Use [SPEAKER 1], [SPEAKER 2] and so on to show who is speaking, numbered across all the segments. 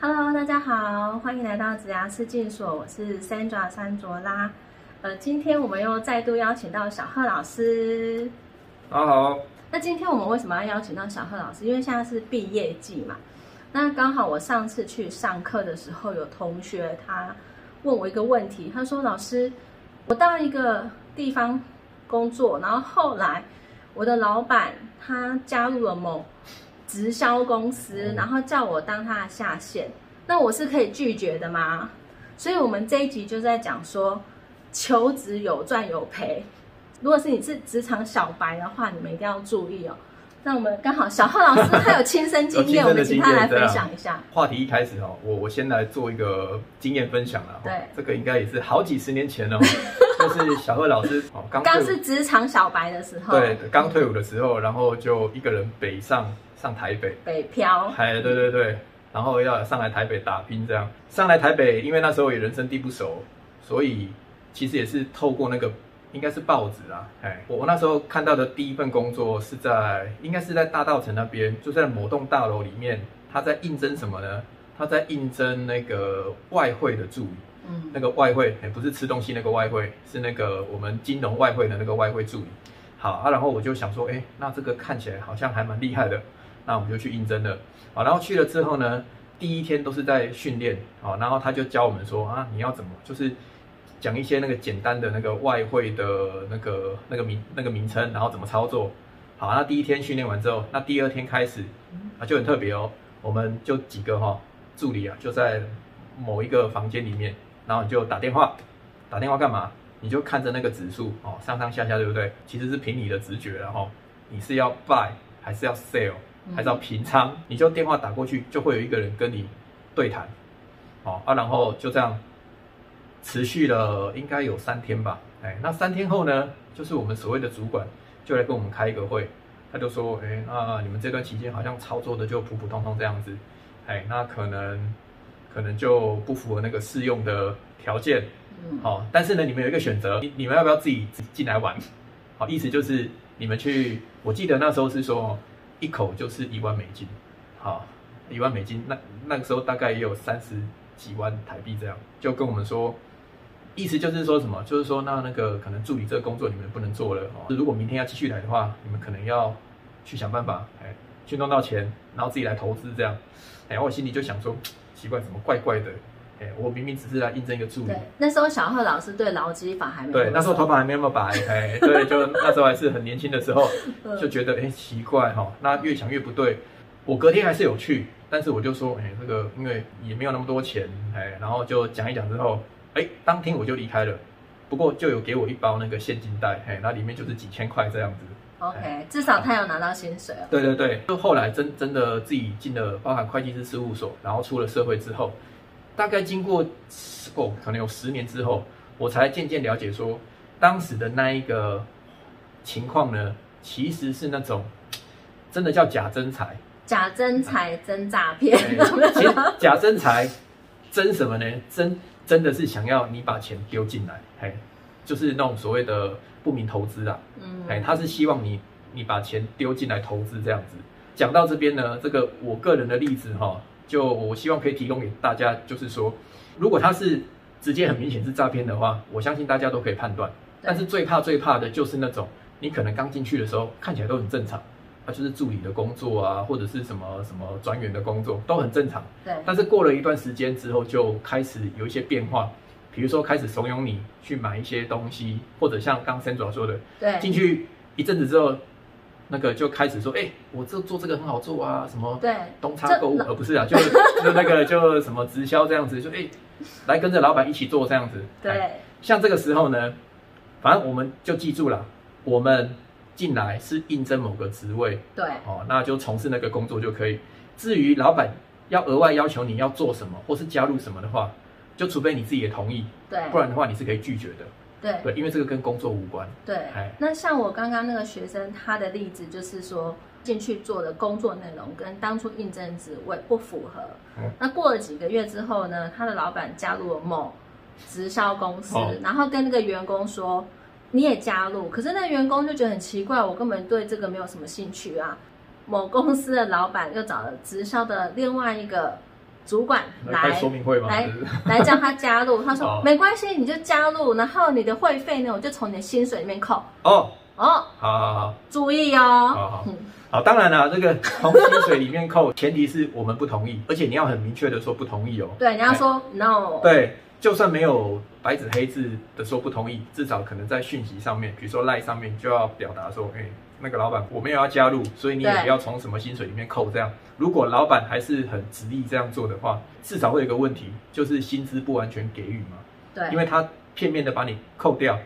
[SPEAKER 1] Hello，大家好，欢迎来到植牙师诊所，我是 Sandra 山卓拉。呃，今天我们又再度邀请到小贺老师。
[SPEAKER 2] 大家好，
[SPEAKER 1] 那今天我们为什么要邀请到小贺老师？因为现在是毕业季嘛。那刚好我上次去上课的时候，有同学他问我一个问题，他说：“老师，我到一个地方工作，然后后来我的老板他加入了某直销公司，然后叫我当他的下线，那我是可以拒绝的吗？”所以，我们这一集就在讲说，求职有赚有赔。如果是你是职场小白的话，你们一定要注意哦。那我们刚好小浩老师他有亲身经验，
[SPEAKER 2] 有亲身
[SPEAKER 1] 我们请
[SPEAKER 2] 的
[SPEAKER 1] 他来
[SPEAKER 2] 经验
[SPEAKER 1] 分享一下。
[SPEAKER 2] 话题一开始哦，我我先来做一个经验分享啦。哦
[SPEAKER 1] 对
[SPEAKER 2] 这个应该也是好几十 年前哦，就是小贺老师哦， 刚
[SPEAKER 1] 刚
[SPEAKER 2] 退伍
[SPEAKER 1] 是职场小白的时候，
[SPEAKER 2] 对，刚退伍的时候，然后就一个人北上上台北，
[SPEAKER 1] 北漂，
[SPEAKER 2] 哎，对对对，然后要上来台北打拼这样。上来台北，因为那时候也人生地不熟，所以其实也是透过那个应该是报纸啊，哎，我我那时候看到的第一份工作是在应该是在大道城那边，就在某栋大楼里面，他在应征什么呢？他在应征那个外汇的助理，
[SPEAKER 1] 嗯，
[SPEAKER 2] 那个外汇，哎，不是吃东西那个外汇，是那个我们金融外汇的那个外汇助理。好啊，然后我就想说，哎，那这个看起来好像还蛮厉害的，那我们就去应征了。好，然后去了之后呢，第一天都是在训练，好，然后他就教我们说啊，你要怎么，就是讲一些那个简单的那个外汇的那个那个名那个名称，然后怎么操作。好，那第一天训练完之后，那第二天开始啊就很特别哦，我们就几个哈、助理啊就在某一个房间里面，然后你就打电话，打电话干嘛？你就看着那个指数哦，上上下下，对不对？其实是凭你的直觉然后、哦、你是要 buy 还是要 sell？
[SPEAKER 1] 嗯
[SPEAKER 2] 还是要平仓，你就电话打过去，就会有一个人跟你对谈，哦啊，然后就这样持续了应该有三天吧，哎，那三天后呢，就是我们所谓的主管就来跟我们开一个会，他就说，哎，那你们这段期间好像操作的就普普通通这样子，哎，那可能可能就不符合那个适用的条件，
[SPEAKER 1] 嗯，
[SPEAKER 2] 好、但是呢，你们有一个选择，你你们要不要自己自己进来玩？好、意思就是你们去，我记得那时候是说一口就是一万美金，好、一万美金，那那个时候大概也有三十几万台币这样，就跟我们说，意思就是说什么，就是说那那个可能助理这个工作你们不能做了哦，如果明天要继续来的话，你们可能要去想办法，哎，去弄到钱，然后自己来投资这样，哎，然后我心里就想说，奇怪，怎么怪怪的？哎，我明明只是来应征一个助理
[SPEAKER 1] 嗯对，，那时候小贺老师对劳基法还没有
[SPEAKER 2] 对，那时候头发还没那么白，哎，对，就那时候还是很年轻的时候，
[SPEAKER 1] 嗯
[SPEAKER 2] 就觉得哎、奇怪哈、那越想越不对。我隔天还是有去，但是我就说，哎、这个因为也没有那么多钱，哎、然后就讲一讲之后，哎、当天我就离开了。不过就有给我一包那个现金袋，哎、那里面就是几千块这样子。
[SPEAKER 1] OK，至少他有拿到薪水哦。
[SPEAKER 2] 对对对，就后来真真的自己进了包含会计师事务所，然后出了社会之后，大概经过十哦，可能有十年之后，我才渐渐了解说，当时的那一个情况呢，其实是那种真的叫假真财，
[SPEAKER 1] 假真财真诈骗，
[SPEAKER 2] 哎其实假真财真什么呢？真真的是想要你把钱丢进来，嘿，就是那种所谓的不明投资啊。
[SPEAKER 1] 嗯，
[SPEAKER 2] 哎，他是希望你你把钱丢进来投资这样子。讲到这边呢，这个我个人的例子哈、就我希望可以提供给大家，就是说，如果他是直接很明显是诈骗的话，我相信大家都可以判断。但是最怕最怕的就是那种你可能刚进去的时候看起来都很正常，他就是助理的工作啊，或者是什么什么专员的工作都很正常。
[SPEAKER 1] 对，
[SPEAKER 2] 但是过了一段时间之后，就开始有一些变化，比如说开始怂恿你去买一些东西，或者像刚森主说的，
[SPEAKER 1] 对，
[SPEAKER 2] 进去一阵子之后，那个就开始说，哎、我这做这个很好做啊，什么
[SPEAKER 1] 对，
[SPEAKER 2] 东差购物，呃，不是啊，就 就那个就什么直销这样子，就哎、来跟着老板一起做这样子。哎
[SPEAKER 1] 对，
[SPEAKER 2] 像这个时候呢，反正我们就记住了，我们进来是应征某个职位
[SPEAKER 1] 对，
[SPEAKER 2] 哦，那就从事那个工作就可以。至于老板要额外要求你要做什么或是加入什么的话，就除非你自己也同意，
[SPEAKER 1] 对
[SPEAKER 2] 不，然的话你是可以拒绝的。
[SPEAKER 1] 对，
[SPEAKER 2] 对，因为这个跟工作无关。
[SPEAKER 1] 对
[SPEAKER 2] 哎。
[SPEAKER 1] 那像我刚刚那个学生，他的例子就是说，进去做的工作内容跟当初应征职位不符合。
[SPEAKER 2] 嗯
[SPEAKER 1] 那过了几个月之后呢，他的老板加入了某直销公司，
[SPEAKER 2] 哦
[SPEAKER 1] 然后跟那个员工说。你也加入，可是那个员工就觉得很奇怪，我根本对这个没有什么兴趣啊。某公司的老板又找了直销的另外一个主管
[SPEAKER 2] 那开
[SPEAKER 1] 来
[SPEAKER 2] 说明会吗？
[SPEAKER 1] 来
[SPEAKER 2] 就是
[SPEAKER 1] 来叫他加入，他说
[SPEAKER 2] 哦
[SPEAKER 1] 没关系，你就加入，然后你的会费呢，我就从你的薪水里面扣。
[SPEAKER 2] 哦，
[SPEAKER 1] 哦，
[SPEAKER 2] 好好好
[SPEAKER 1] 注意哦，
[SPEAKER 2] 好好
[SPEAKER 1] 嗯
[SPEAKER 2] 好，当然啦，这个从薪水里面扣，前提是我们不同意，而且你要很明确的说不同意哦。
[SPEAKER 1] 对，你要说 no，
[SPEAKER 2] 对，就算没有白纸黑字的说不同意，至少可能在讯息上面，比如说 line 上面就要表达说，哎、那个老板我没有要加入，所以你也
[SPEAKER 1] 对
[SPEAKER 2] 不要从什么薪水里面扣这样。如果老板还是很执意这样做的话，至少会有一个问题，就是薪资不完全给予嘛，
[SPEAKER 1] 对
[SPEAKER 2] 因为他片面的把你扣掉。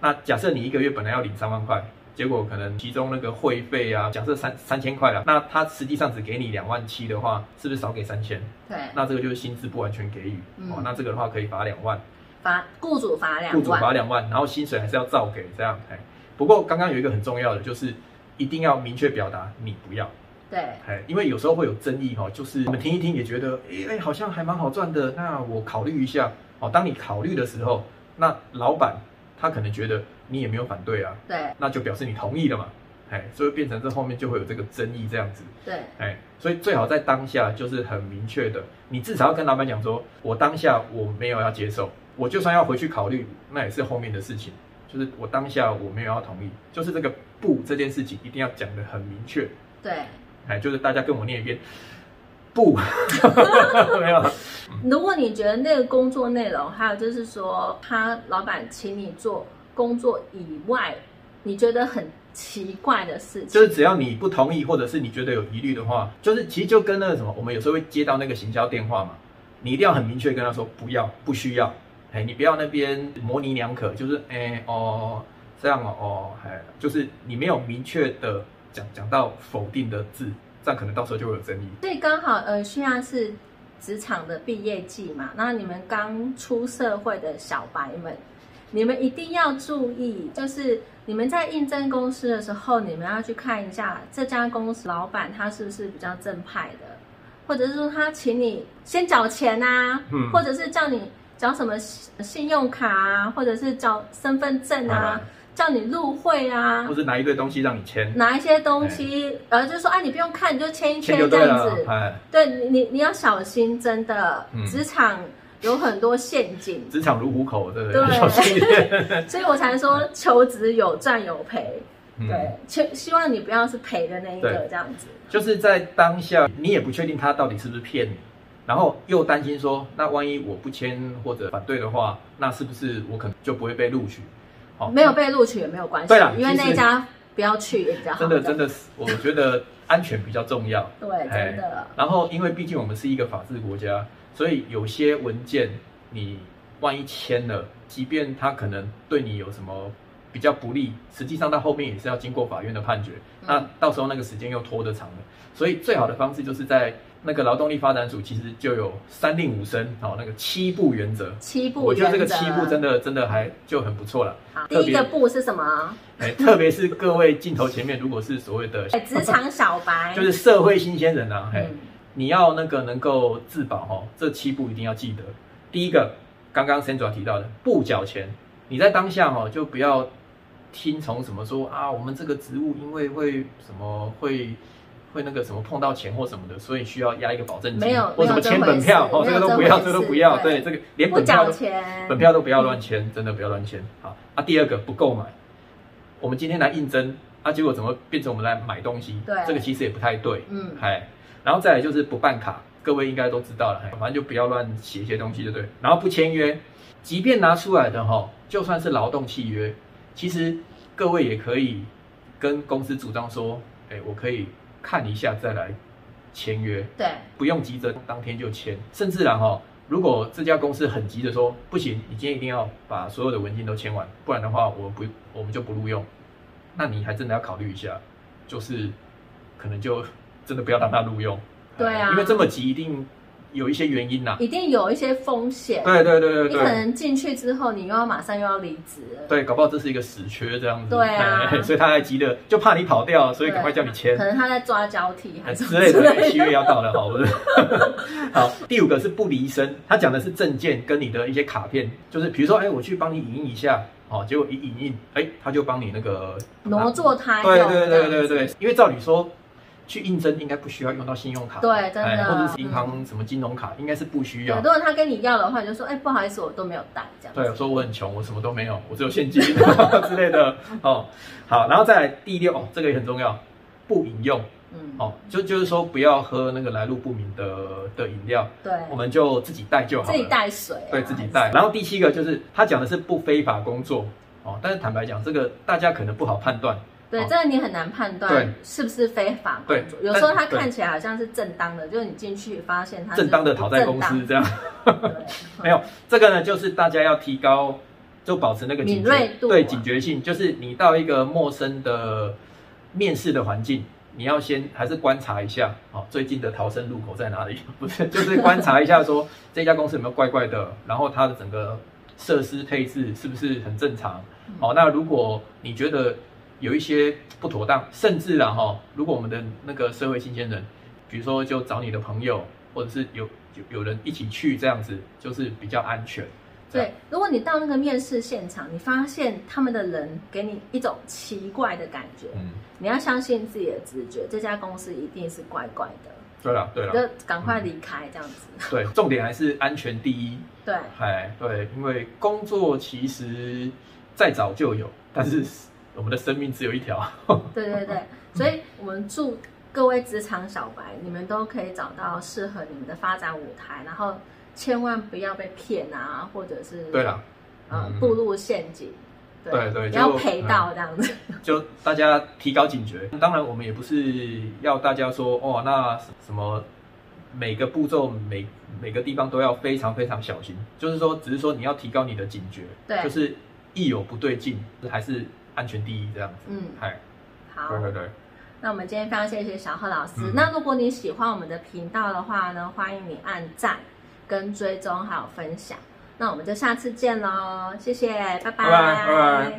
[SPEAKER 2] 那假设你一个月本来要领三万块。结果可能其中那个会费啊，假设三三千块了，那他实际上只给你两万七的话，是不是少给三千？
[SPEAKER 1] 对，
[SPEAKER 2] 那这个就是薪资不完全给予、
[SPEAKER 1] 嗯
[SPEAKER 2] 哦，那这个的话可以罚两万，
[SPEAKER 1] 罚雇主罚两
[SPEAKER 2] 雇主
[SPEAKER 1] 万，
[SPEAKER 2] 罚两万，然后薪水还是要照给这样。哎，不过刚刚有一个很重要的就是一定要明确表达你不要，
[SPEAKER 1] 对
[SPEAKER 2] 哎，因为有时候会有争议哈、哦，就是我们听一听也觉得，哎哎，好像还蛮好赚的，那我考虑一下哦。当你考虑的时候，那老板他可能觉得你也没有反对啊，
[SPEAKER 1] 对
[SPEAKER 2] 那就表示你同意了嘛，哎，所以变成这后面就会有这个争议这样子。
[SPEAKER 1] 对
[SPEAKER 2] 哎，所以最好在当下就是很明确的，你至少要跟老板讲说，我当下我没有要接受，我就算要回去考虑，那也是后面的事情。就是我当下我没有要同意，就是这个不这件事情一定要讲得很明确。
[SPEAKER 1] 对。
[SPEAKER 2] 哎，就是大家跟我念一遍，不， 没有了，
[SPEAKER 1] 如果你觉得那个工作内容，还有就是说他老板请你做工作以外，你觉得很奇怪的事情，
[SPEAKER 2] 就是只要你不同意，或者是你觉得有疑虑的话，就是其实就跟那个什么，我们有时候会接到那个行销电话嘛，你一定要很明确地跟他说不要，不需要，哎，你不要那边模棱两可，就是哎哦这样哦哦，哎，就是你没有明确的讲讲到否定的字，这样可能到时候就会有争议。
[SPEAKER 1] 所以刚好呃，现在是职场的毕业季嘛，那你们刚出社会的小白们，你们一定要注意，就是你们在应征公司的时候，你们要去看一下这家公司老板他是不是比较正派的，或者是说他请你先缴钱啊，
[SPEAKER 2] 嗯
[SPEAKER 1] 或者是叫你缴什么信信用卡啊，或者是缴身份证啊，叫你入会啊
[SPEAKER 2] 或。是拿一堆东西让你签，
[SPEAKER 1] 拿一些东西，然后就说啊，你不用看，你就签一签
[SPEAKER 2] 签就
[SPEAKER 1] 这
[SPEAKER 2] 对
[SPEAKER 1] 样
[SPEAKER 2] 了
[SPEAKER 1] 子，。
[SPEAKER 2] 哎，
[SPEAKER 1] 对你，你你要小心，真的
[SPEAKER 2] 嗯，
[SPEAKER 1] 职场有很多陷阱，
[SPEAKER 2] 职场如虎口，对不对？
[SPEAKER 1] 对
[SPEAKER 2] 小心一 点。
[SPEAKER 1] 所以我才说求职有赚有赔。
[SPEAKER 2] 嗯
[SPEAKER 1] 对，希希望你不要是赔的那一个
[SPEAKER 2] 对
[SPEAKER 1] 这样子。
[SPEAKER 2] 就是在当下，你也不确定他到底是不是骗你，然后又担心说，那万一我不签或者反对的话，那是不是我可能就不会被录取？哦好
[SPEAKER 1] 没有被录取也没有关系
[SPEAKER 2] 对啦，
[SPEAKER 1] 因为
[SPEAKER 2] 其实
[SPEAKER 1] 那一家不要去也比较好。
[SPEAKER 2] 真的哎真的是，我觉得安全比较重要。
[SPEAKER 1] 对，真的，
[SPEAKER 2] 然后，因为毕竟我们是一个法治国家，所以有些文件你万一签了，即便他可能对你有什么比较不利，实际上到后面也是要经过法院的判决。
[SPEAKER 1] 嗯
[SPEAKER 2] 那到时候那个时间又拖得长了，所以最好的方式就是在那个劳动力发展署其实就有三令五申哦，那个七步原则。
[SPEAKER 1] 七步
[SPEAKER 2] 我觉得这个
[SPEAKER 1] 原则
[SPEAKER 2] 七步真的真的还就很不错了，
[SPEAKER 1] 好第
[SPEAKER 2] 特别
[SPEAKER 1] 一个步是什么？
[SPEAKER 2] 哎，特别是各位镜头前面如果是所谓的
[SPEAKER 1] 哎，职场小白
[SPEAKER 2] 就是社会新鲜人啊，嘿，
[SPEAKER 1] 嗯
[SPEAKER 2] 你要那个能够自保哦，这七步一定要记得。第一个，刚刚 Sandra 提到的，不缴钱，你在当下哦就不要听从什么说啊，我们这个职务因为会什么会会那个什么碰到钱或什么的，所以需要压一个保证金，
[SPEAKER 1] 没有
[SPEAKER 2] 或什么签本票
[SPEAKER 1] 没有
[SPEAKER 2] 哦，
[SPEAKER 1] 这回事
[SPEAKER 2] 这个都不
[SPEAKER 1] 没有
[SPEAKER 2] 要，
[SPEAKER 1] 这回事
[SPEAKER 2] 这个都不要，
[SPEAKER 1] 对
[SPEAKER 2] 对，这个连
[SPEAKER 1] 不
[SPEAKER 2] 本票
[SPEAKER 1] 缴
[SPEAKER 2] 都
[SPEAKER 1] 钱，
[SPEAKER 2] 本票都不要乱签，真的不要乱签。好啊，第二个不购买，我们今天来应征啊，结果怎么变成我们来买东西？
[SPEAKER 1] 对
[SPEAKER 2] 这个其实也不太对。
[SPEAKER 1] 嗯，
[SPEAKER 2] 哎，然后再来就是不办卡，各位应该都知道了，哎反正就不要乱写一些东西，就对。然后不签约，即便拿出来的哈，就算是劳动契约，其实各位也可以跟公司主张说，哎，我可以看一下再来签约，
[SPEAKER 1] 对
[SPEAKER 2] 不用急着当天就签，甚至然后。如果这家公司很急着说不行，你今天一定要把所有的文件都签完，不然的话，我不我们就不录用。那你还真的要考虑一下，就是可能就真的不要让他录用。
[SPEAKER 1] 对啊
[SPEAKER 2] 因为这么急，一定有一些原因呐、
[SPEAKER 1] 一定有一些风险。
[SPEAKER 2] 对对对对
[SPEAKER 1] 你可
[SPEAKER 2] 对，
[SPEAKER 1] 能进去之后，你又要马上又要离职了。
[SPEAKER 2] 对，搞不好这是一个死缺这样子。
[SPEAKER 1] 对啊
[SPEAKER 2] 哎 所以他还急着，就怕你跑掉，所以赶快叫你签
[SPEAKER 1] 可能他在抓交替还是什
[SPEAKER 2] 哎之
[SPEAKER 1] 么
[SPEAKER 2] 类
[SPEAKER 1] 哎之
[SPEAKER 2] 的。
[SPEAKER 1] 类
[SPEAKER 2] 七
[SPEAKER 1] 的。
[SPEAKER 2] 月要到了，好，不是？好，第五个是不离身，他讲的是证件跟你的一些卡片，就是比如说，哎，我去帮你影印一下，哦，结果一影印，哎，他就帮你那个
[SPEAKER 1] 挪作他用
[SPEAKER 2] 对对对对对，因为照理说，去应征应该不需要用到信用卡，
[SPEAKER 1] 对真的嗯
[SPEAKER 2] 哎或者是银行什么金融卡，应该是不需要
[SPEAKER 1] 如。果他跟你要的话，你就说哎，不好意思，我都没有带这样。
[SPEAKER 2] 对，我说我很穷，我什么都没有，我只有现金 之类的。哦，好，然后再来第六，哦，这个也很重要，不饮用。
[SPEAKER 1] 嗯，
[SPEAKER 2] 哦，就就是说不要喝那个来路不明的的饮料，
[SPEAKER 1] 对，
[SPEAKER 2] 我们就自己带就好
[SPEAKER 1] 自己
[SPEAKER 2] 了。
[SPEAKER 1] 带水啊，
[SPEAKER 2] 对自己带。然后第七个就是他讲的是不非法工作哦，但是坦白讲，这个大家可能不好判断。
[SPEAKER 1] 对，
[SPEAKER 2] 哦
[SPEAKER 1] 这个你很难判断
[SPEAKER 2] 对
[SPEAKER 1] 是不是非法工作。
[SPEAKER 2] 对
[SPEAKER 1] 有时候
[SPEAKER 2] 但
[SPEAKER 1] 他
[SPEAKER 2] 对
[SPEAKER 1] 看起来好像是正当的，就是你进去发现他是
[SPEAKER 2] 正当的讨债公
[SPEAKER 1] 不
[SPEAKER 2] 司这样，
[SPEAKER 1] 啊正当 的
[SPEAKER 2] 没有这个呢，就是大家要提高，就保持那个警
[SPEAKER 1] 敏锐
[SPEAKER 2] 觉，
[SPEAKER 1] 度
[SPEAKER 2] 对
[SPEAKER 1] 啊
[SPEAKER 2] 警觉性，就是你到一个陌生的面试的环境。你要先还是观察一下，哦，最近的逃生入口在哪里？ 不是，就是观察一下说 这家公司有没有怪怪的，然后它的整个设施配置是不是很正常？
[SPEAKER 1] 嗯
[SPEAKER 2] 哦，那如果你觉得有一些不妥当，甚至啦哈、如果我们的那个社会新鲜人，比如说就找你的朋友，或者是有有有人一起去这样子，就是比较安全。这样
[SPEAKER 1] 对，如果你到那个面试现场，你发现他们的人给你一种奇怪的感觉，
[SPEAKER 2] 嗯，
[SPEAKER 1] 你要相信自己的直觉，这家公司一定是怪怪的，
[SPEAKER 2] 对了对啊了，
[SPEAKER 1] 就赶快离开这样子。
[SPEAKER 2] 对，重点还是安全第一。
[SPEAKER 1] 对，
[SPEAKER 2] 哎，对，因为工作其实再早就有，但是我们的生命只有一条。
[SPEAKER 1] 对对对，所以我们祝各位职场小白，你们都可以找到适合你们的发展舞台，然后千万不要被骗啊，或者是
[SPEAKER 2] 对了，
[SPEAKER 1] 呃
[SPEAKER 2] 嗯
[SPEAKER 1] 步入陷阱。
[SPEAKER 2] 对对
[SPEAKER 1] 不要
[SPEAKER 2] 就嗯
[SPEAKER 1] 赔到这样子。
[SPEAKER 2] 就大家提高警觉。当然，我们也不是要大家说哦，那什么每个步骤每每个地方都要非常非常小心，就是说，只是说你要提高你的警觉，
[SPEAKER 1] 对
[SPEAKER 2] 就是一有不对劲，还是安全第一这样子。
[SPEAKER 1] 嗯，
[SPEAKER 2] 嗨，
[SPEAKER 1] 好。
[SPEAKER 2] 对对对，
[SPEAKER 1] 那我们今天非常谢谢小贺老师。
[SPEAKER 2] 嗯
[SPEAKER 1] 那如果你喜欢我们的频道的话呢，欢迎你按赞、跟追踪还有分享。那我们就下次见喽，谢谢，拜
[SPEAKER 2] 拜拜拜拜。